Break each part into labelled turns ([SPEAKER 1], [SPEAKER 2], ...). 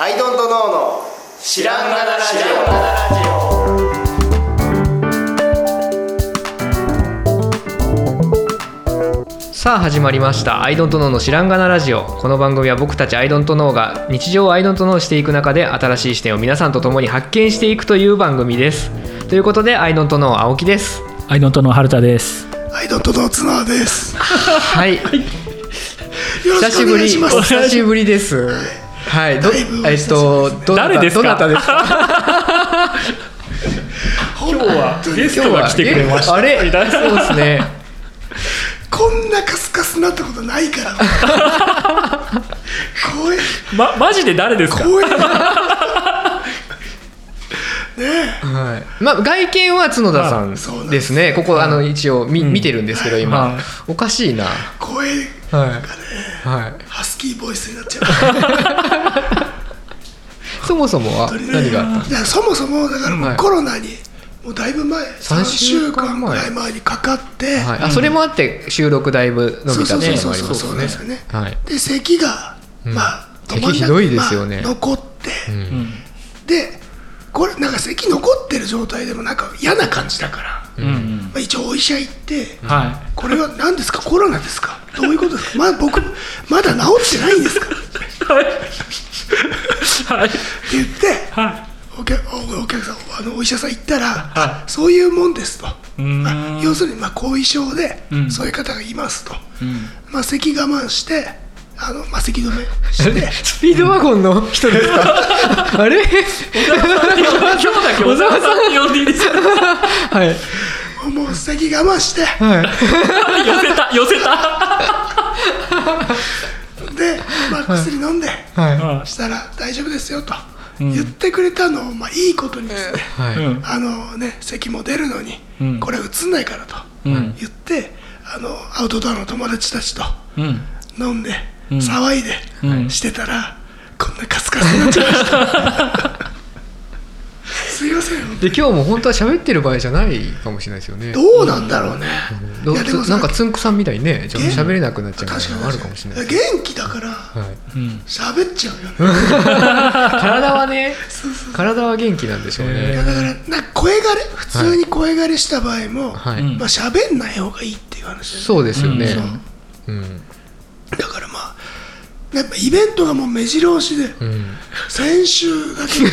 [SPEAKER 1] アイドントノーの知らんがなラジ
[SPEAKER 2] さあ始まりました「アイドントノーの知らんがなラジオ」この番組は僕たちアイドントノーが日常をアイドントノーしていく中で新しい視点を皆さんと共に発見していくという番組ですということでアイドントノー青木です
[SPEAKER 3] アイドントの春田です。
[SPEAKER 1] オアイドントノーツナーです
[SPEAKER 2] はい
[SPEAKER 1] よろ
[SPEAKER 2] 久
[SPEAKER 1] しく
[SPEAKER 2] し
[SPEAKER 1] お
[SPEAKER 2] ぶ
[SPEAKER 1] 願い
[SPEAKER 2] り
[SPEAKER 1] します
[SPEAKER 2] お久しぶりですはいどえっとどなた
[SPEAKER 3] 誰ですか
[SPEAKER 2] どなたですか
[SPEAKER 3] 今日はゲストが来てくれました。
[SPEAKER 2] あれそうですね
[SPEAKER 1] こんなカスカスになったことないから光栄
[SPEAKER 3] ま、マジで誰ですか
[SPEAKER 1] 光栄だ
[SPEAKER 2] はい、まあ外見は角田さん
[SPEAKER 1] そうなんで
[SPEAKER 2] ですすねここあの一応見見てるんですけど今、
[SPEAKER 3] はい
[SPEAKER 2] おかしいな
[SPEAKER 1] 光栄
[SPEAKER 2] はい、はい、
[SPEAKER 1] ハスキーボイスになっちゃう
[SPEAKER 2] そもそもは何があった
[SPEAKER 1] いやそもそもだからも
[SPEAKER 2] は
[SPEAKER 1] う
[SPEAKER 2] い
[SPEAKER 1] コロナにもうだいぶ前3週
[SPEAKER 2] 週
[SPEAKER 1] 間
[SPEAKER 2] 間前
[SPEAKER 1] ぐらい前にかかって
[SPEAKER 2] はい、あそれもあって収録だいぶ伸
[SPEAKER 1] そう
[SPEAKER 2] びた
[SPEAKER 1] そ
[SPEAKER 2] っ
[SPEAKER 1] う
[SPEAKER 2] て
[SPEAKER 1] そ
[SPEAKER 2] いううの
[SPEAKER 1] そ
[SPEAKER 2] も
[SPEAKER 1] う
[SPEAKER 2] あり
[SPEAKER 1] そ
[SPEAKER 2] ますよ
[SPEAKER 1] うそ
[SPEAKER 2] ね
[SPEAKER 1] うですよね。
[SPEAKER 2] はい、
[SPEAKER 1] で咳が、まあ止まんなく
[SPEAKER 2] 咳ひどいですよね
[SPEAKER 1] まあ残って、
[SPEAKER 3] うん
[SPEAKER 1] でこれなんか咳残ってる状態でもなんか嫌な感じだから、
[SPEAKER 3] うんうん
[SPEAKER 1] まあ、一応お医者行って、
[SPEAKER 3] は
[SPEAKER 1] これは何ですかコロナですかどういうことですかまあ僕まだ治ってないんですかって
[SPEAKER 3] い。はい。はい。
[SPEAKER 1] 言って
[SPEAKER 3] は
[SPEAKER 1] お客おお客さんあのお医者さん行ったら、
[SPEAKER 3] は
[SPEAKER 1] そういうもんですと、
[SPEAKER 3] い。うん。
[SPEAKER 1] まあ要するにまあ後遺症で、
[SPEAKER 3] うん
[SPEAKER 1] そういう方がいますと、
[SPEAKER 3] うん
[SPEAKER 1] まあ咳我慢してあの、まあ、咳止めして
[SPEAKER 2] スピードワゴンの人ですか あれ
[SPEAKER 3] 今日だけ小沢さんに呼んでいいですか
[SPEAKER 2] はい
[SPEAKER 1] もう咳我慢して、
[SPEAKER 2] はい
[SPEAKER 3] 寄せた寄せた
[SPEAKER 1] で、まあ、薬飲んで、
[SPEAKER 2] は
[SPEAKER 1] したら大丈夫ですよと言ってくれたのを、まあ、いいことにですね、
[SPEAKER 2] い、
[SPEAKER 3] う
[SPEAKER 2] はい
[SPEAKER 3] ん。
[SPEAKER 1] あのね咳も出るのに、
[SPEAKER 3] うん
[SPEAKER 1] これうつんないからと
[SPEAKER 3] うん。
[SPEAKER 1] 言ってあのアウトドアの友達たちと
[SPEAKER 3] うん。
[SPEAKER 1] 飲んで、
[SPEAKER 3] ん
[SPEAKER 1] 騒いで、
[SPEAKER 3] うん
[SPEAKER 1] してたらこんなカスカスになっちゃいました すいません
[SPEAKER 2] で今日も本当は喋ってる場合じゃないかもしれないですよね
[SPEAKER 1] どうなんだろうね、
[SPEAKER 2] ど
[SPEAKER 1] いやでも
[SPEAKER 2] つなんかつんくさんみたいにねちょっと喋れなくなっちゃう
[SPEAKER 1] 確か
[SPEAKER 2] の
[SPEAKER 1] に
[SPEAKER 2] もあるかもしれない、
[SPEAKER 1] 元気だから
[SPEAKER 2] はい、
[SPEAKER 3] うん。
[SPEAKER 1] 喋っちゃうよね
[SPEAKER 2] 体はね体は元気なんでしょう
[SPEAKER 1] い
[SPEAKER 2] ね、
[SPEAKER 1] やだからなんか声枯れ普通に声枯れした場合も、
[SPEAKER 2] はい、
[SPEAKER 3] うん
[SPEAKER 1] まあ喋んない方がいいっていう話です
[SPEAKER 2] そうですよねうん
[SPEAKER 1] だからまあやっぱイベントがもう目白押しで、
[SPEAKER 2] うん
[SPEAKER 1] 先週が結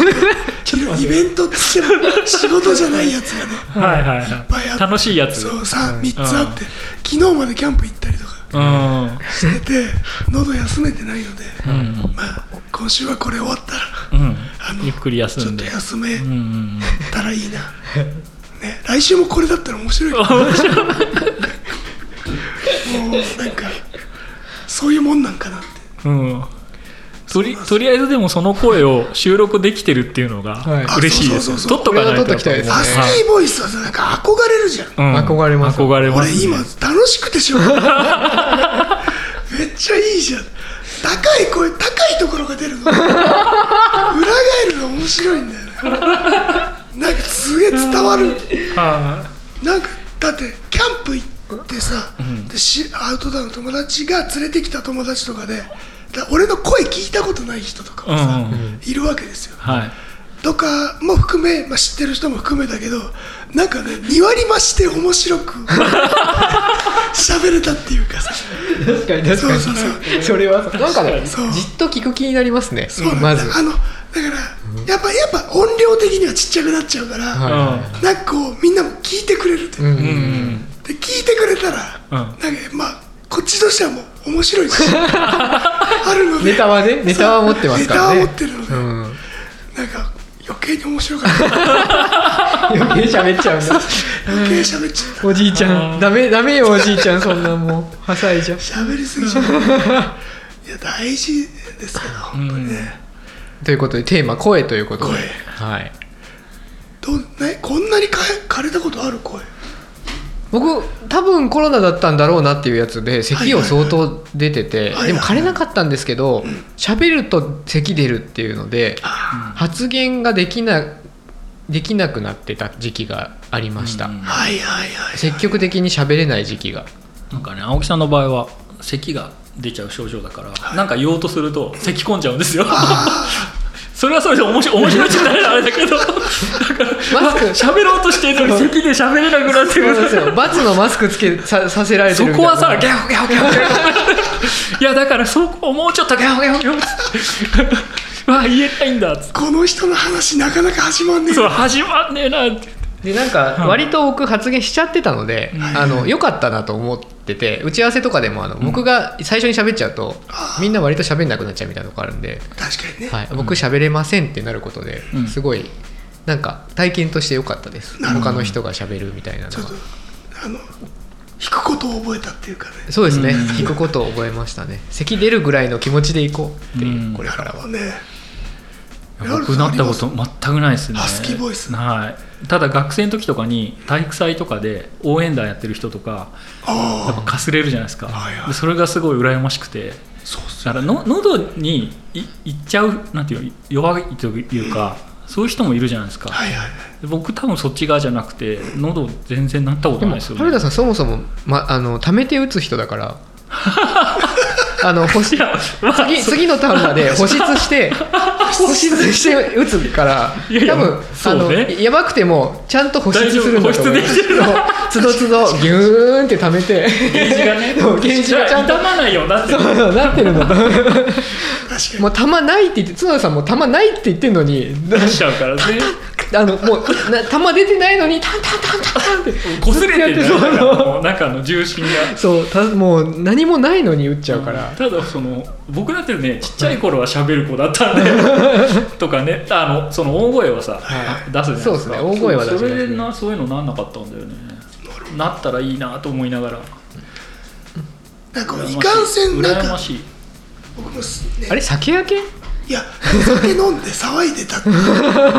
[SPEAKER 1] 構イベントって言っても仕事じゃないやつがね
[SPEAKER 3] はいはい
[SPEAKER 1] ぱい
[SPEAKER 3] は
[SPEAKER 1] あっ
[SPEAKER 3] い。
[SPEAKER 1] て
[SPEAKER 3] 楽しいやつ。う
[SPEAKER 1] そ
[SPEAKER 3] ん。
[SPEAKER 1] うさ3つあって昨日までキャンプ行ったりとか
[SPEAKER 3] う
[SPEAKER 1] してて喉休めてないので、
[SPEAKER 3] ん。
[SPEAKER 1] まあ今週はこれ終わったら
[SPEAKER 3] うん
[SPEAKER 1] あの。
[SPEAKER 3] ゆっくり
[SPEAKER 1] ち
[SPEAKER 3] 休
[SPEAKER 1] ょっ
[SPEAKER 3] ん
[SPEAKER 1] と
[SPEAKER 3] で。
[SPEAKER 1] 休め
[SPEAKER 3] うんうん。
[SPEAKER 1] たらいいな、 ね、来週もこれだったら面白いけど もうなんかそういうもんなんかなって
[SPEAKER 3] うん。とりとりあえずでもその声を収録できてるっていうのが
[SPEAKER 2] はい
[SPEAKER 3] 嬉しいです
[SPEAKER 1] あそうそうそう
[SPEAKER 3] ね。
[SPEAKER 1] そう
[SPEAKER 3] 撮っとかないと。
[SPEAKER 2] これは撮っときたいですね
[SPEAKER 1] ハスキーボイスはさなんか憧れるじゃん
[SPEAKER 3] うん
[SPEAKER 2] 憧れます
[SPEAKER 3] 憧れま
[SPEAKER 1] 俺
[SPEAKER 3] すね
[SPEAKER 1] 今楽しくてしょうがないめっちゃいいじゃん高い声高いところが出るの裏返るの面白いんだよねなんかすげえ伝わる
[SPEAKER 3] は
[SPEAKER 1] なんかだってキャンプ行ってさ、でしアウトドアの友達が連れてきた友達とかでだ俺の声聞いたことない人とかもさ、
[SPEAKER 3] うんうん
[SPEAKER 1] いるわけですよ
[SPEAKER 3] いはい
[SPEAKER 1] とかも含め、まあ、知ってる人も含めだけどなんかね2割増して面 白く喋れたっていうかさ
[SPEAKER 2] 確かに確
[SPEAKER 1] そうそうそう
[SPEAKER 2] それはなんかね
[SPEAKER 1] そう
[SPEAKER 2] じっと聞く気になりますね
[SPEAKER 1] そうなんだ
[SPEAKER 2] まず
[SPEAKER 1] あのだからやっぱやっぱ音量的にはちっちゃくなっちゃうから、
[SPEAKER 2] は
[SPEAKER 1] なんかこうみんなも聞いてくれるって、
[SPEAKER 2] うんう
[SPEAKER 3] うん
[SPEAKER 2] ん
[SPEAKER 1] で聞いてくれたら、
[SPEAKER 3] うん
[SPEAKER 1] なんかまあこっちとしてはもう面白 いしあるので
[SPEAKER 2] ネタはねネタは持ってますからね
[SPEAKER 1] ネタは持ってるので、
[SPEAKER 2] うん
[SPEAKER 1] なんか余計に面白かった
[SPEAKER 2] 余計喋っちゃうな
[SPEAKER 1] 余計喋っちゃっ た
[SPEAKER 2] おじいちゃ
[SPEAKER 3] あ
[SPEAKER 2] ん
[SPEAKER 3] ー
[SPEAKER 2] ダメダメよおじいちゃんそんなもうはしゃいじゃん
[SPEAKER 1] 喋りす ぎちゃったいや大事ですけど本当にね、
[SPEAKER 2] ということでテーマ声ということで
[SPEAKER 1] 声
[SPEAKER 2] はい
[SPEAKER 1] どうねこんなに枯れ枯れたことある声
[SPEAKER 2] 僕多分コロナだったんだろうなっていうやつで咳を相当出てて、
[SPEAKER 1] はいはい
[SPEAKER 2] でも枯れなかったんですけど喋、ると咳出るっていうので発言ができなできなくなってた時期がありました、
[SPEAKER 3] うん
[SPEAKER 1] はいはいはい
[SPEAKER 2] 積極的に喋れない時期が
[SPEAKER 3] なんかね青木さんの場合は咳が出ちゃう症状だから、なんか言おうとすると咳き込んじゃうんですよ それはそれで面白い面白いって言ったらあれだけどだか
[SPEAKER 2] マ
[SPEAKER 3] ら
[SPEAKER 2] スク
[SPEAKER 3] まあ喋ろうとしてるのに席で喋れなくなって
[SPEAKER 2] そうなんです
[SPEAKER 3] く
[SPEAKER 2] よ
[SPEAKER 3] る
[SPEAKER 2] 罰のマスクつけささせられて
[SPEAKER 3] そ
[SPEAKER 2] るみた
[SPEAKER 3] こ
[SPEAKER 2] いな
[SPEAKER 3] はさギャホギャホギャホギャホいやだからそこもうちょっとギャホギャホギャホ わあ言えないんだっつって
[SPEAKER 1] この人の話なかなか始まんねえ
[SPEAKER 3] そう
[SPEAKER 1] な
[SPEAKER 3] 始まんねえなって
[SPEAKER 2] でなんか割と僕発言しちゃってたので、あの良かったなと思ってて打ち合わせとかでもあの僕が最初に喋っちゃうと、みんな割と喋んなくなっちゃうみたいなとこあるんで、
[SPEAKER 1] 確かにね、
[SPEAKER 2] はい、僕喋れませんってなることで
[SPEAKER 3] うん
[SPEAKER 2] すごいなんか体験として良かったです、他の人が喋るみたいなの
[SPEAKER 1] ちょっ
[SPEAKER 2] は
[SPEAKER 1] とあの引くことを覚えたっていうかね
[SPEAKER 2] そうですね聞くことを覚えましたね咳出るぐらいの気持ちでいこうっていう、
[SPEAKER 3] うん
[SPEAKER 2] これからは
[SPEAKER 1] ね
[SPEAKER 3] 僕なったこと全くないですね
[SPEAKER 1] ハスキーボイス
[SPEAKER 3] はいただ学生の時とかに体育祭とかで応援団やってる人とかやっぱ
[SPEAKER 1] ああ
[SPEAKER 3] かすれるじゃないですか、
[SPEAKER 1] はいはい
[SPEAKER 3] でそれがすごい羨ましくて
[SPEAKER 1] そうっす
[SPEAKER 3] だからの喉にいいっちゃうなんていうの弱いというかそういう人もいるじゃないですか、
[SPEAKER 1] はいはいはい
[SPEAKER 3] 僕多分そっち側じゃなくて喉全然なったこと
[SPEAKER 2] で
[SPEAKER 3] な
[SPEAKER 2] も
[SPEAKER 3] いですよ、
[SPEAKER 2] 春田
[SPEAKER 3] ね、
[SPEAKER 2] さんそもそも、ま、あの溜めて打つ人だからあの星
[SPEAKER 3] いやまあ
[SPEAKER 2] 次次のターンまで保湿 して保湿して打つから
[SPEAKER 3] いやいや
[SPEAKER 2] 多分あ
[SPEAKER 3] そう
[SPEAKER 2] の
[SPEAKER 3] ね
[SPEAKER 2] やばくてもちゃんと保湿するんだと思います
[SPEAKER 3] 大丈
[SPEAKER 2] つどつどギューンって溜めて
[SPEAKER 3] ゲージがね
[SPEAKER 2] そうゲージがちゃんと
[SPEAKER 3] 傷まないようになってる
[SPEAKER 2] そうなってるんだと思う
[SPEAKER 1] 確かに
[SPEAKER 2] もう玉ないって言って角田さんも玉ないって言ってんのに
[SPEAKER 3] 出しちゃうからね
[SPEAKER 2] あのもうな玉出てないのにタンタンタンタンタンって
[SPEAKER 3] こすれてる
[SPEAKER 2] ずっとやって
[SPEAKER 3] ね
[SPEAKER 2] そうそう
[SPEAKER 3] もう中の重心が
[SPEAKER 2] そうたもう何もないのに打っちゃうから、
[SPEAKER 3] ただその僕だってねちっちゃい頃は喋る子だったんで とかねあのその大声はさ
[SPEAKER 1] は
[SPEAKER 3] 出すじゃないですか
[SPEAKER 2] そうですね大声は出
[SPEAKER 3] そう
[SPEAKER 2] し
[SPEAKER 3] そ
[SPEAKER 2] ます
[SPEAKER 3] れでなそういうのなんなかったんだよねなったらいいなと思いながら
[SPEAKER 1] なんかいかんせんなん
[SPEAKER 3] 羨
[SPEAKER 1] か
[SPEAKER 3] ましい
[SPEAKER 1] 僕もすね
[SPEAKER 2] あれ酒焼け
[SPEAKER 1] いや酒飲んで騒いでただけな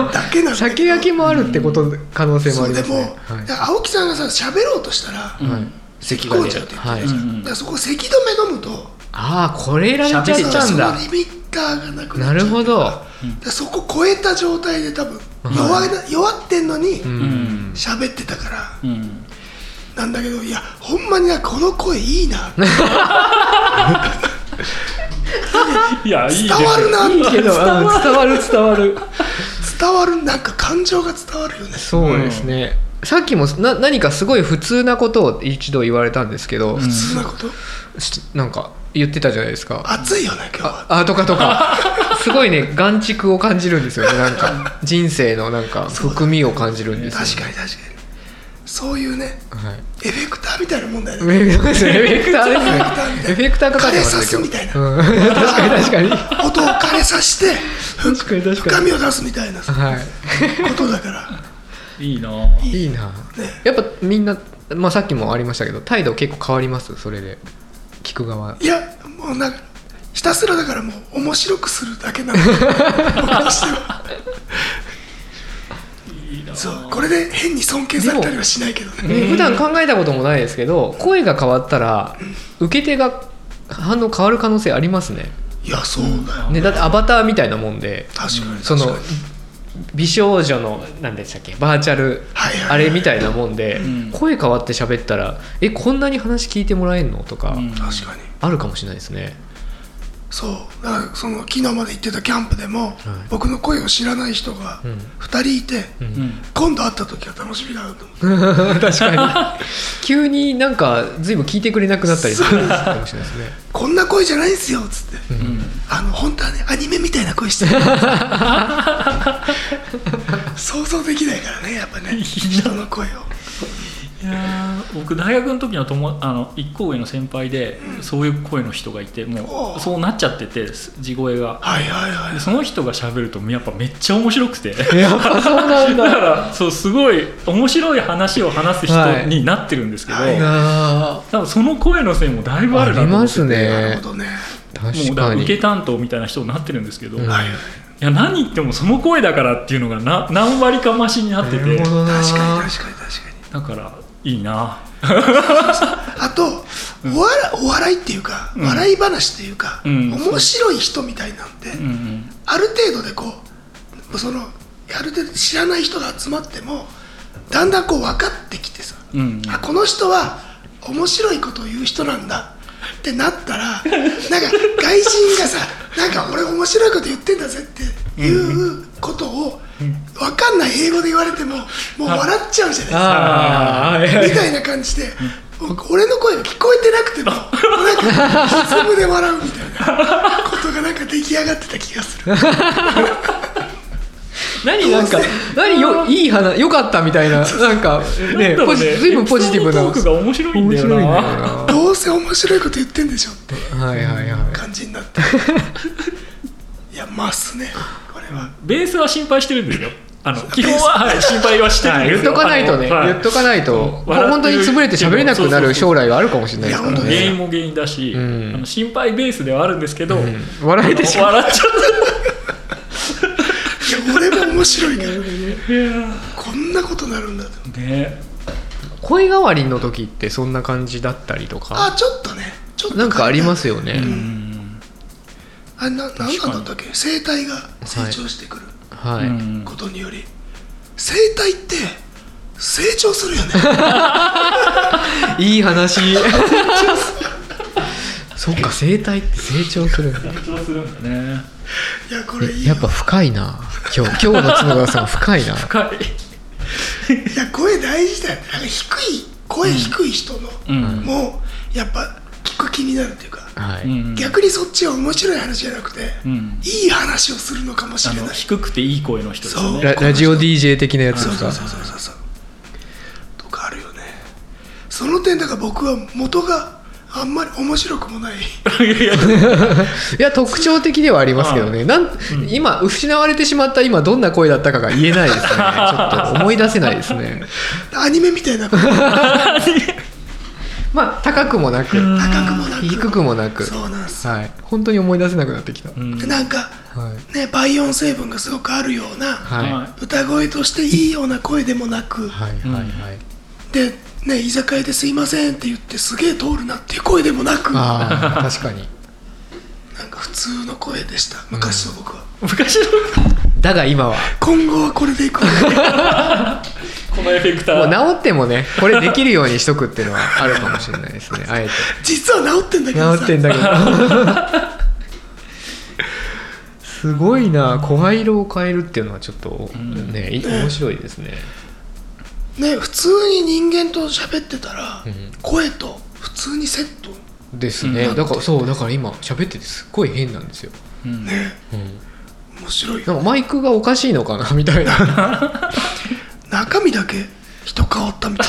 [SPEAKER 1] んだけ ど
[SPEAKER 2] 酒焼けもあるってこと可能性もあ
[SPEAKER 1] そう
[SPEAKER 2] り
[SPEAKER 1] で
[SPEAKER 2] ます
[SPEAKER 1] も、
[SPEAKER 2] ねはい
[SPEAKER 1] だから青木さんがさ喋ろうとしたら、
[SPEAKER 3] うん
[SPEAKER 2] はい
[SPEAKER 1] 咳
[SPEAKER 2] 咳
[SPEAKER 1] が
[SPEAKER 2] が
[SPEAKER 1] 出
[SPEAKER 2] 出
[SPEAKER 1] る
[SPEAKER 2] る
[SPEAKER 1] って言
[SPEAKER 2] は
[SPEAKER 1] っ
[SPEAKER 2] い
[SPEAKER 1] てたじゃん、
[SPEAKER 3] うんうん
[SPEAKER 1] だからそこ咳止め飲むと
[SPEAKER 2] ああこれられちゃっ
[SPEAKER 3] 喋っちゃ
[SPEAKER 2] たん
[SPEAKER 1] そ
[SPEAKER 2] だ
[SPEAKER 1] のリミッターがなくな
[SPEAKER 2] な
[SPEAKER 1] っち
[SPEAKER 2] る
[SPEAKER 1] ゃう
[SPEAKER 2] ほど
[SPEAKER 1] だからそこ超えた状態で多分弱いな、弱ってんのに
[SPEAKER 3] ん
[SPEAKER 1] 喋ってたから、
[SPEAKER 3] うん
[SPEAKER 1] なんだけどいやほんまになこの声いいな伝
[SPEAKER 3] いやいいですよ
[SPEAKER 1] わるな
[SPEAKER 2] うんけどうん伝わる伝わる
[SPEAKER 1] 伝わるなんか感情が伝わるよね
[SPEAKER 2] そうですね、さっきもな何かすごい普通なことを一度言われたんですけど、
[SPEAKER 3] ん
[SPEAKER 1] そんなこと
[SPEAKER 2] しなんか言ってたじゃないですか
[SPEAKER 1] 熱いよね今日は
[SPEAKER 2] あとかと かすごいね眼蓄を感じるんですよねなんか人生のなんか含みを感じるんですよ、ね、
[SPEAKER 1] 確かに確かにそういうね
[SPEAKER 2] はい
[SPEAKER 1] エフェクターみたいなもんだよね
[SPEAKER 2] エフェクターですねエフェクターですねエフェクターかかってま
[SPEAKER 1] 枯れさ
[SPEAKER 2] す
[SPEAKER 1] す
[SPEAKER 2] ね
[SPEAKER 1] みたいな
[SPEAKER 2] 今日うん確かに確かに
[SPEAKER 1] 音を枯れさしてふ
[SPEAKER 2] 確かに確かに
[SPEAKER 1] 深みを出すみたいなさ
[SPEAKER 2] は
[SPEAKER 1] ことだから
[SPEAKER 3] いいない
[SPEAKER 2] いいな
[SPEAKER 1] ね
[SPEAKER 2] やっぱみんな、まあ、さっきもありましたけど態度結構変わりますそれで聞く側
[SPEAKER 1] いやもうなんかひたすらだからもう面白くするだけなの僕としてはい
[SPEAKER 3] いな
[SPEAKER 1] そうこれで変に尊敬されたりはしないけどね
[SPEAKER 2] 普段考えたこともないですけど声が変わったら受け手が反応変わる可能性ありますね
[SPEAKER 1] いやそうだよ
[SPEAKER 2] ねだってアバターみたいなもんで
[SPEAKER 1] 確かに
[SPEAKER 2] そ
[SPEAKER 1] 確
[SPEAKER 2] の
[SPEAKER 1] かに
[SPEAKER 2] 美少女の何でしたっけバーチャル
[SPEAKER 1] はいはい
[SPEAKER 2] あれみたいなもんで
[SPEAKER 3] うん
[SPEAKER 2] 声変わって喋ったら「えこんなに話聞いてもらえんの?」とか
[SPEAKER 3] うん
[SPEAKER 1] 確かに
[SPEAKER 2] あるかもしれないですね。
[SPEAKER 1] そうだからその昨日まで行ってたキャンプでも、僕の声を知らない人が
[SPEAKER 2] ん
[SPEAKER 1] 2人いて、
[SPEAKER 3] うん
[SPEAKER 1] 今度会った時は楽しみだなと思って
[SPEAKER 2] 確かに 急になんか随分聞いてくれなくなったりするかもしれないですね。
[SPEAKER 1] こんな声じゃないんすよっつって、あの本当はねアニメみたいな声してる想像できないからねやっぱね人の声を
[SPEAKER 3] いやー僕大学の時の友あの一校上の先輩でそういう声の人がいても
[SPEAKER 1] おう
[SPEAKER 3] うそうなっちゃっててす地声が
[SPEAKER 1] はいはいはい
[SPEAKER 3] でその人が喋るとやっぱめっちゃ面白くて
[SPEAKER 2] やっぱそうなん
[SPEAKER 3] だか
[SPEAKER 2] だ。
[SPEAKER 3] らそうすごい面白い話を話す
[SPEAKER 2] は
[SPEAKER 3] 人
[SPEAKER 2] い
[SPEAKER 3] になってるんですけど、
[SPEAKER 1] はい
[SPEAKER 2] なあ
[SPEAKER 3] 多分その声のせいもだいぶあ
[SPEAKER 2] あ
[SPEAKER 3] るな
[SPEAKER 2] り
[SPEAKER 3] と思
[SPEAKER 2] ま
[SPEAKER 3] って
[SPEAKER 2] す
[SPEAKER 3] て
[SPEAKER 1] なる
[SPEAKER 2] ね
[SPEAKER 1] ほ。どね
[SPEAKER 2] 確
[SPEAKER 3] もうだか
[SPEAKER 2] から
[SPEAKER 3] 受け
[SPEAKER 2] に。
[SPEAKER 3] 担当みたいな人になってるんですけど、
[SPEAKER 2] うん
[SPEAKER 3] い
[SPEAKER 1] はいはい
[SPEAKER 3] や何言ってもその声だからっていうのがな何割かマシになってて
[SPEAKER 2] なるほどな。
[SPEAKER 1] 確かに確かに確かに
[SPEAKER 3] だからいいな
[SPEAKER 1] あとお笑お笑いっていうか、
[SPEAKER 3] うん
[SPEAKER 1] 笑い話っていうか、
[SPEAKER 3] うん
[SPEAKER 1] 面白い人みたいなんて、
[SPEAKER 3] うんうん
[SPEAKER 1] ある程度でこうそのある程度知らない人が集まってもだんだんこう分かってきてさ、
[SPEAKER 3] うんうん
[SPEAKER 1] あこの人は面白いことを言う人なんだっってなったらなんか外人がさなんか俺面白いこと言ってんだぜっていうことを分かんない英語で言われてももう笑っちゃうじゃないですか
[SPEAKER 2] あー
[SPEAKER 1] みたいな感じで、俺の声が聞こえてなく ても、なんか、ひずむで笑うみたいなことがなんか出来上がってた気がする。
[SPEAKER 3] 何なんか
[SPEAKER 2] 何よいい話よかったみたいななんかねポジ随分ポジティブな
[SPEAKER 3] エピソードトークが面白いんだよな
[SPEAKER 2] 面白いんだよ
[SPEAKER 1] どうせ面白いこと言ってんでしょって
[SPEAKER 2] なはいはいはい
[SPEAKER 1] 感じに なって。いや、まっすね、これは。
[SPEAKER 3] ベースは心配してるんですよ あの基本は、はい、心配はしてるんです
[SPEAKER 2] 言っ
[SPEAKER 3] よ
[SPEAKER 2] とかないとね
[SPEAKER 3] あのはい
[SPEAKER 2] 言っとかないと
[SPEAKER 3] 笑ってる
[SPEAKER 2] 本当に潰れて喋れなくなる将来があるかもしれないですから
[SPEAKER 1] いや本当
[SPEAKER 3] 原
[SPEAKER 2] ね
[SPEAKER 3] 因も原因だし、
[SPEAKER 2] ん
[SPEAKER 3] あの心配ベースではあるんですけど、
[SPEAKER 2] うん笑えてしまう
[SPEAKER 3] 笑っちゃ
[SPEAKER 1] いや、俺も面白いから、こんなことなるんだと。
[SPEAKER 3] うね
[SPEAKER 2] 声変わりの時ってそんな感じだったりとか
[SPEAKER 1] あ、ちょっとね、ちょっと、
[SPEAKER 2] なんかありますよね
[SPEAKER 1] あ、な、なんなんだったっけ声帯が成長してくる
[SPEAKER 2] はい
[SPEAKER 1] ことにより、声帯って成長す るよね。
[SPEAKER 2] いい話 そっか生態って成長するんだ
[SPEAKER 3] そうするんだね
[SPEAKER 1] いや、これいいよ
[SPEAKER 2] やっぱ深いな今日今日の角田さん深いな
[SPEAKER 3] 深い
[SPEAKER 1] いや声大事だよなんか低い声低い人の、
[SPEAKER 3] うん
[SPEAKER 1] もうやっぱ聞く気になるというか、
[SPEAKER 2] は
[SPEAKER 3] う
[SPEAKER 2] い
[SPEAKER 3] ん
[SPEAKER 1] 逆にそっちは面白い話じゃなくて、
[SPEAKER 3] うん
[SPEAKER 1] いい話をするのかもし
[SPEAKER 3] あ
[SPEAKER 1] れない
[SPEAKER 3] の低くていい声の人ですよね
[SPEAKER 2] ララジオ DJ 的なやつ
[SPEAKER 1] そう
[SPEAKER 2] と
[SPEAKER 1] そう
[SPEAKER 2] か
[SPEAKER 1] そうそうそうそうとかあるよねその点だから僕は元があんまり面白くもない
[SPEAKER 2] いや特徴的ではありますけどねなん今失われてしまった今どんな声だったかが言えないですねちょっと思い出せないですね
[SPEAKER 1] アニメみたいな高く
[SPEAKER 2] まあ高くもなく
[SPEAKER 1] もなく
[SPEAKER 2] 低くもなく
[SPEAKER 1] そうなんです、
[SPEAKER 2] はい本当に思い出せなくなってきた
[SPEAKER 3] うん
[SPEAKER 1] でなんか
[SPEAKER 2] はい
[SPEAKER 1] ね倍音成分がすごくあるような、
[SPEAKER 2] はい
[SPEAKER 3] は
[SPEAKER 1] 歌声としていいような声でもなく、
[SPEAKER 2] はいはいはい
[SPEAKER 1] で、ね、居酒屋ですいませんって言ってすげえ通るなっていう声でもなくな
[SPEAKER 2] ああ確かに
[SPEAKER 1] んか普通の声でした昔の僕は、
[SPEAKER 3] 昔の
[SPEAKER 2] だが今は
[SPEAKER 1] 今後はこれで いくわ
[SPEAKER 3] このエフェクタ
[SPEAKER 2] もう
[SPEAKER 3] ー
[SPEAKER 2] 治ってもねこれできるようにしとくっていうのはあるかもしれないですねあえて
[SPEAKER 1] 実は治ってんだけど
[SPEAKER 2] 治
[SPEAKER 1] さ
[SPEAKER 2] ってんだけど すごいな声色を変えるっていうのはちょっとね、い面白いですね
[SPEAKER 1] ね普通に人間と喋ってたら、声と普通にセット
[SPEAKER 2] ですね、
[SPEAKER 3] うん
[SPEAKER 2] だからそうだから今喋っててすっごい変なんですよ、
[SPEAKER 3] うん
[SPEAKER 1] ね
[SPEAKER 2] うん、
[SPEAKER 1] 面白いよ
[SPEAKER 2] なんかマイクがおかしいのかなみ たいな
[SPEAKER 1] 中身だけ人変わったみた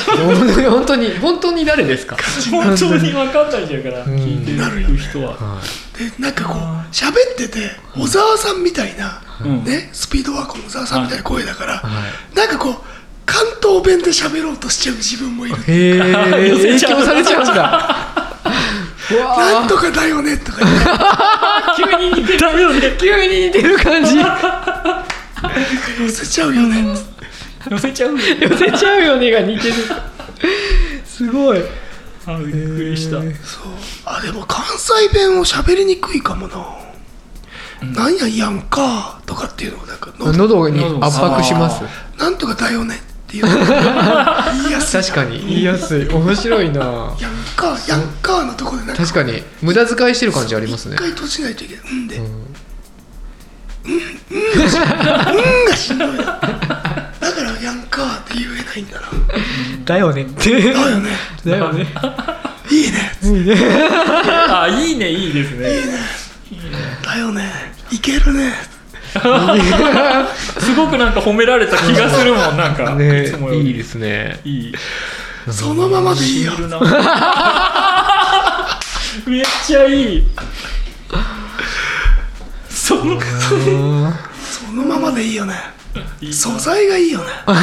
[SPEAKER 1] い
[SPEAKER 2] 本当に本当に誰ですか
[SPEAKER 3] 本当に分かんないんだから
[SPEAKER 2] ん
[SPEAKER 3] 聞いてる人は
[SPEAKER 1] なでなんかこう
[SPEAKER 3] あ
[SPEAKER 1] 喋ってて小沢さんみたいな、
[SPEAKER 3] うん
[SPEAKER 1] ね、スピードワークの小沢さんみたいな声だから、
[SPEAKER 2] は
[SPEAKER 1] なんかこう関東弁で喋ろうとしちゃう自分もいる
[SPEAKER 2] へえ影
[SPEAKER 3] 寄せちゃう
[SPEAKER 2] 響されちゃうんだうわー
[SPEAKER 1] なんとかだよねとか言っ
[SPEAKER 3] 急
[SPEAKER 1] て
[SPEAKER 3] に似てるだよね
[SPEAKER 2] 急に似てる感じ寄
[SPEAKER 1] 寄せちゃうよね
[SPEAKER 3] 寄せちゃうよ
[SPEAKER 2] せちゃうよねが似てるすごい
[SPEAKER 3] あびっくりした
[SPEAKER 1] そうあでも関西弁を喋りにくいかもな、なんややんかとかっていうのがなんかの
[SPEAKER 2] 喉に圧迫します
[SPEAKER 1] なんとかだよねっていう言いやすい
[SPEAKER 2] 確かに言いやすい面白いな
[SPEAKER 1] やんかやんかのとこでなんか
[SPEAKER 2] 確かに無駄遣いしてる感じありますね
[SPEAKER 1] 一回閉じないといけないうんでうんうんがしんどいうんがしんどいだからやんかって言えないんだな
[SPEAKER 2] だよね
[SPEAKER 1] だよね
[SPEAKER 2] だよね
[SPEAKER 1] いいね
[SPEAKER 3] あいいねいいですね
[SPEAKER 1] だよねいけるね
[SPEAKER 3] すごくなんか褒められた気がするもんなんか
[SPEAKER 2] ね
[SPEAKER 3] いつもよ
[SPEAKER 2] いい
[SPEAKER 3] り
[SPEAKER 2] ですね
[SPEAKER 3] いい
[SPEAKER 1] そのままでいいよ
[SPEAKER 3] いるな めっちゃいいその
[SPEAKER 1] そのままでいいよね
[SPEAKER 3] いい
[SPEAKER 1] 素材がいいよね面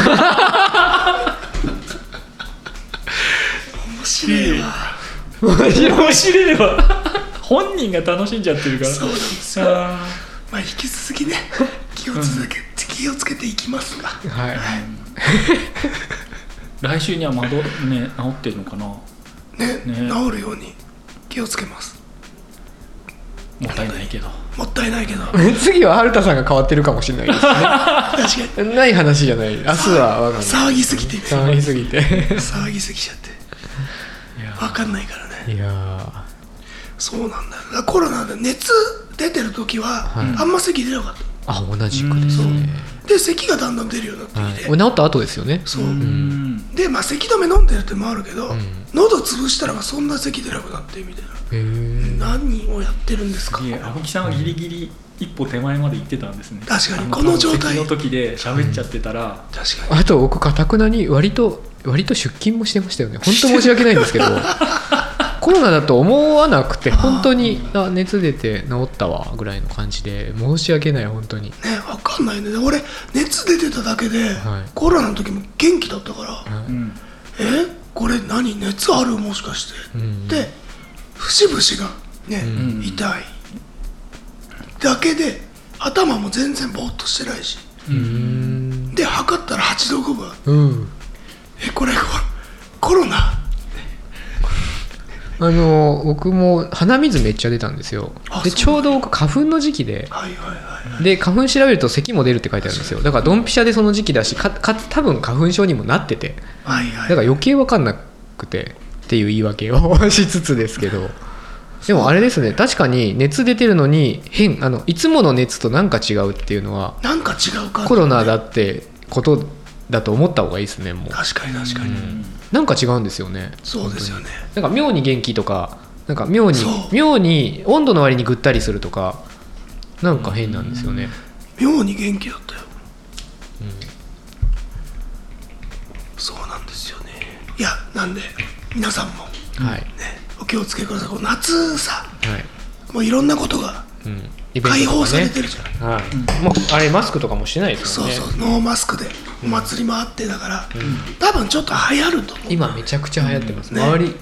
[SPEAKER 1] 白いわ
[SPEAKER 2] 面白い
[SPEAKER 3] 面白いわ本人が楽しんじゃってるから
[SPEAKER 1] そうなんですよ
[SPEAKER 3] あ
[SPEAKER 1] まあ引き続きね気を続け気をつけていきますが
[SPEAKER 2] はい
[SPEAKER 3] ー来週には窓ね治ってるのかなも
[SPEAKER 1] ね
[SPEAKER 3] ね
[SPEAKER 1] 治るように気をつけます
[SPEAKER 3] ったいないけど
[SPEAKER 1] もったいないけ ど確か
[SPEAKER 2] 次は春田さんが変わってるかもしれない です
[SPEAKER 1] に
[SPEAKER 2] ねない話じゃない明日は我がない
[SPEAKER 1] 騒ぎすぎて
[SPEAKER 2] 騒ぎすぎて
[SPEAKER 1] 騒ぎすぎちゃって分かんないからね
[SPEAKER 2] いや
[SPEAKER 1] そうなんだよだからコロナで熱出てる時は、あんま咳出なかった
[SPEAKER 2] あ同じくですね、
[SPEAKER 1] で咳がだんだん出るようになってきて、
[SPEAKER 2] はい、治った後ですよね
[SPEAKER 1] そう、でまあ咳止め飲んでるってのもあるけど、喉潰したらそんな咳出なくなってみた
[SPEAKER 2] へ
[SPEAKER 1] い
[SPEAKER 2] え
[SPEAKER 1] な、何をやってるんですか
[SPEAKER 3] いえ青木さんはギリギリ一歩手前まで行ってたんですね
[SPEAKER 1] 確か
[SPEAKER 3] あ
[SPEAKER 1] にこの状態
[SPEAKER 3] 多分席の時で喋っちゃってたら、
[SPEAKER 1] 確かに
[SPEAKER 2] あと僕かたくなに割と割と出勤もしてましたよね本当申し訳ないんですけ どコロナだと思わなくて本当にあ熱出て治ったわぐらいの感じで申し訳ない本当に
[SPEAKER 1] ねわかんないね俺熱出てただけで、
[SPEAKER 2] はい
[SPEAKER 1] コロナの時も元気だったから、
[SPEAKER 3] うん
[SPEAKER 1] えこれ何熱あるもしかして、
[SPEAKER 2] ん
[SPEAKER 1] で節々がね、
[SPEAKER 3] ん
[SPEAKER 1] 痛いだけで頭も全然ぼーっとしてないし
[SPEAKER 2] うん
[SPEAKER 1] で測ったら8度5分
[SPEAKER 2] うん
[SPEAKER 1] えこれこコロナ
[SPEAKER 2] あの僕も鼻水めっちゃ出たんですよ
[SPEAKER 1] あ
[SPEAKER 2] で
[SPEAKER 1] そう
[SPEAKER 2] ちょうど僕花粉の時期で
[SPEAKER 1] はいはいはい
[SPEAKER 2] で花粉調べると咳も出るって書いてあるんですよだからドンピシャでその時期だしかか多分花粉症にもなってて
[SPEAKER 1] はい
[SPEAKER 2] だ
[SPEAKER 1] はい
[SPEAKER 2] から余計分かんなくてっていう言い訳を しつつですけどでもあれですね確かに熱出てるのに変あのいつもの熱となんか違うっていうのは
[SPEAKER 1] なんか違うか
[SPEAKER 2] コロナだってことだと思った方がいいですねもう
[SPEAKER 1] 確かに確かに、
[SPEAKER 2] なんか違うんですよね
[SPEAKER 1] そうですよね
[SPEAKER 2] なんか妙に元気とかなんか妙に
[SPEAKER 1] そう
[SPEAKER 2] 妙に温度の割にぐったりするとかなんか変なんですよね
[SPEAKER 1] 妙に元気だったよ、そうなんですよねいやなんで皆さんも
[SPEAKER 2] はい
[SPEAKER 1] ねお気をつけくださいこの夏さ
[SPEAKER 2] はい
[SPEAKER 1] もういろんなことが
[SPEAKER 2] うんイベントとかね
[SPEAKER 1] 解放されてるじゃない、
[SPEAKER 2] はいもうあれマスクとかもしてないです
[SPEAKER 1] そ
[SPEAKER 2] よ
[SPEAKER 1] う
[SPEAKER 2] ね
[SPEAKER 1] そうノーマスクでお祭りもあってだから、多分ちょっと流行ると思う
[SPEAKER 2] 今めちゃくちゃ流行ってます、
[SPEAKER 1] ね
[SPEAKER 2] 周り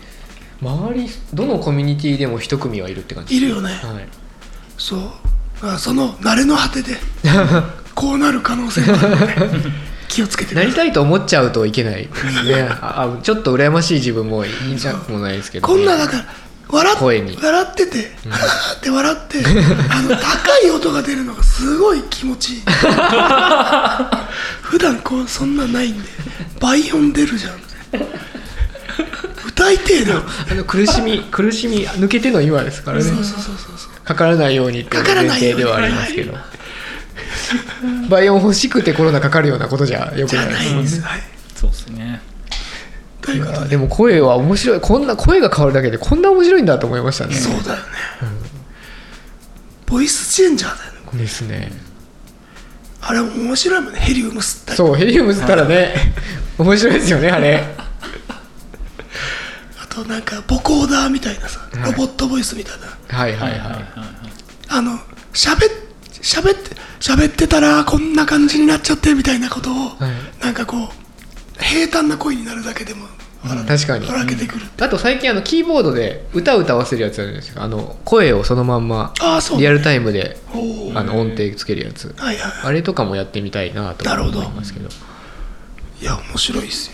[SPEAKER 2] 周りどのコミュニティでも一組はいるって感じ
[SPEAKER 1] いるよね、
[SPEAKER 2] はい
[SPEAKER 1] そうだからその慣れの果 てでこうなる可能性もあるので気をつけてく
[SPEAKER 2] な
[SPEAKER 1] だ
[SPEAKER 2] り
[SPEAKER 1] さい
[SPEAKER 2] たいと思っちゃうといけないですねああちょっと羨ましい自分もいいじゃもないですけど、
[SPEAKER 1] こんなだから笑っ
[SPEAKER 2] 声に
[SPEAKER 1] 笑ってて、 ははって笑って あの高い音が出るのがすごい気持ちいい 普段こうそんなないんで倍音出るじゃん歌いてえな、
[SPEAKER 2] あの苦し み苦しみ抜けての今ですからね
[SPEAKER 1] そうそうそうそうそう
[SPEAKER 2] かからないようにっていう
[SPEAKER 1] かから
[SPEAKER 2] 前
[SPEAKER 1] ない
[SPEAKER 2] 提
[SPEAKER 1] よう
[SPEAKER 2] で
[SPEAKER 1] に
[SPEAKER 2] はありますけど倍音欲しくてコロナかかるようなことじゃよく
[SPEAKER 1] じ
[SPEAKER 2] な
[SPEAKER 1] ゃ
[SPEAKER 2] いで
[SPEAKER 1] な
[SPEAKER 2] す
[SPEAKER 1] いんです、はい
[SPEAKER 3] そうですね
[SPEAKER 1] ということ
[SPEAKER 2] あでも声は面白いこんな声が変わるだけでこんな面白いんだと思いましたね
[SPEAKER 1] でそうだよね、ボイスチェンジャーだよね
[SPEAKER 2] ですね
[SPEAKER 1] あれ面白いもんねヘリウム吸ったり
[SPEAKER 2] そうヘリウム吸ったらね面白いですよねあれ
[SPEAKER 1] あとなんかボコーダーみたいなさ、ロボットボイスみたいな
[SPEAKER 2] はいはい
[SPEAKER 3] はいはい
[SPEAKER 2] は
[SPEAKER 3] はい
[SPEAKER 2] い
[SPEAKER 3] はい
[SPEAKER 1] あの喋っ喋って喋ってたらこんな感じになっちゃってみたいなことを、
[SPEAKER 2] い
[SPEAKER 1] なんかこう平坦な声になるだけでも
[SPEAKER 2] 確かに
[SPEAKER 1] 笑けてくる、
[SPEAKER 2] あと最近あのキーボードで歌歌わせるやつあるじゃないですかあの声をそのまんま
[SPEAKER 1] ああそう
[SPEAKER 2] リアルタイムで
[SPEAKER 1] おー
[SPEAKER 2] あの音程つけるやつ
[SPEAKER 1] はいはいは
[SPEAKER 2] あれとかもやってみたいなと
[SPEAKER 1] なるほど
[SPEAKER 2] 思いますけど
[SPEAKER 1] いいや面白いっす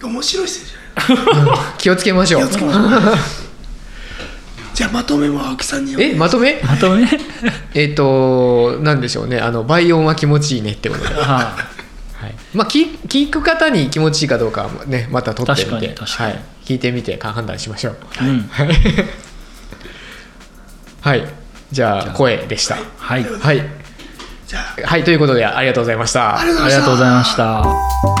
[SPEAKER 1] よ、面白いっすよじゃない
[SPEAKER 2] 気をつけましょう
[SPEAKER 1] つけましょじゃあまとめも青木さんによ
[SPEAKER 2] えまとめ
[SPEAKER 3] あとね
[SPEAKER 2] えっ、となんでしょうねあの倍音は気持ちいいねってことで、はい
[SPEAKER 3] あ
[SPEAKER 2] まあ、聞聞く方に気持ちいいかどうかはねまた撮ってみて、
[SPEAKER 3] 確かに確か
[SPEAKER 2] は
[SPEAKER 3] に
[SPEAKER 2] い、聞いてみて判断しましょう
[SPEAKER 3] あうん
[SPEAKER 2] はいじゃあ声でした
[SPEAKER 3] はい
[SPEAKER 2] はい
[SPEAKER 1] じゃあ
[SPEAKER 2] はい、ということでありがとうございました。
[SPEAKER 1] ありがとうございました
[SPEAKER 3] ありがとうございました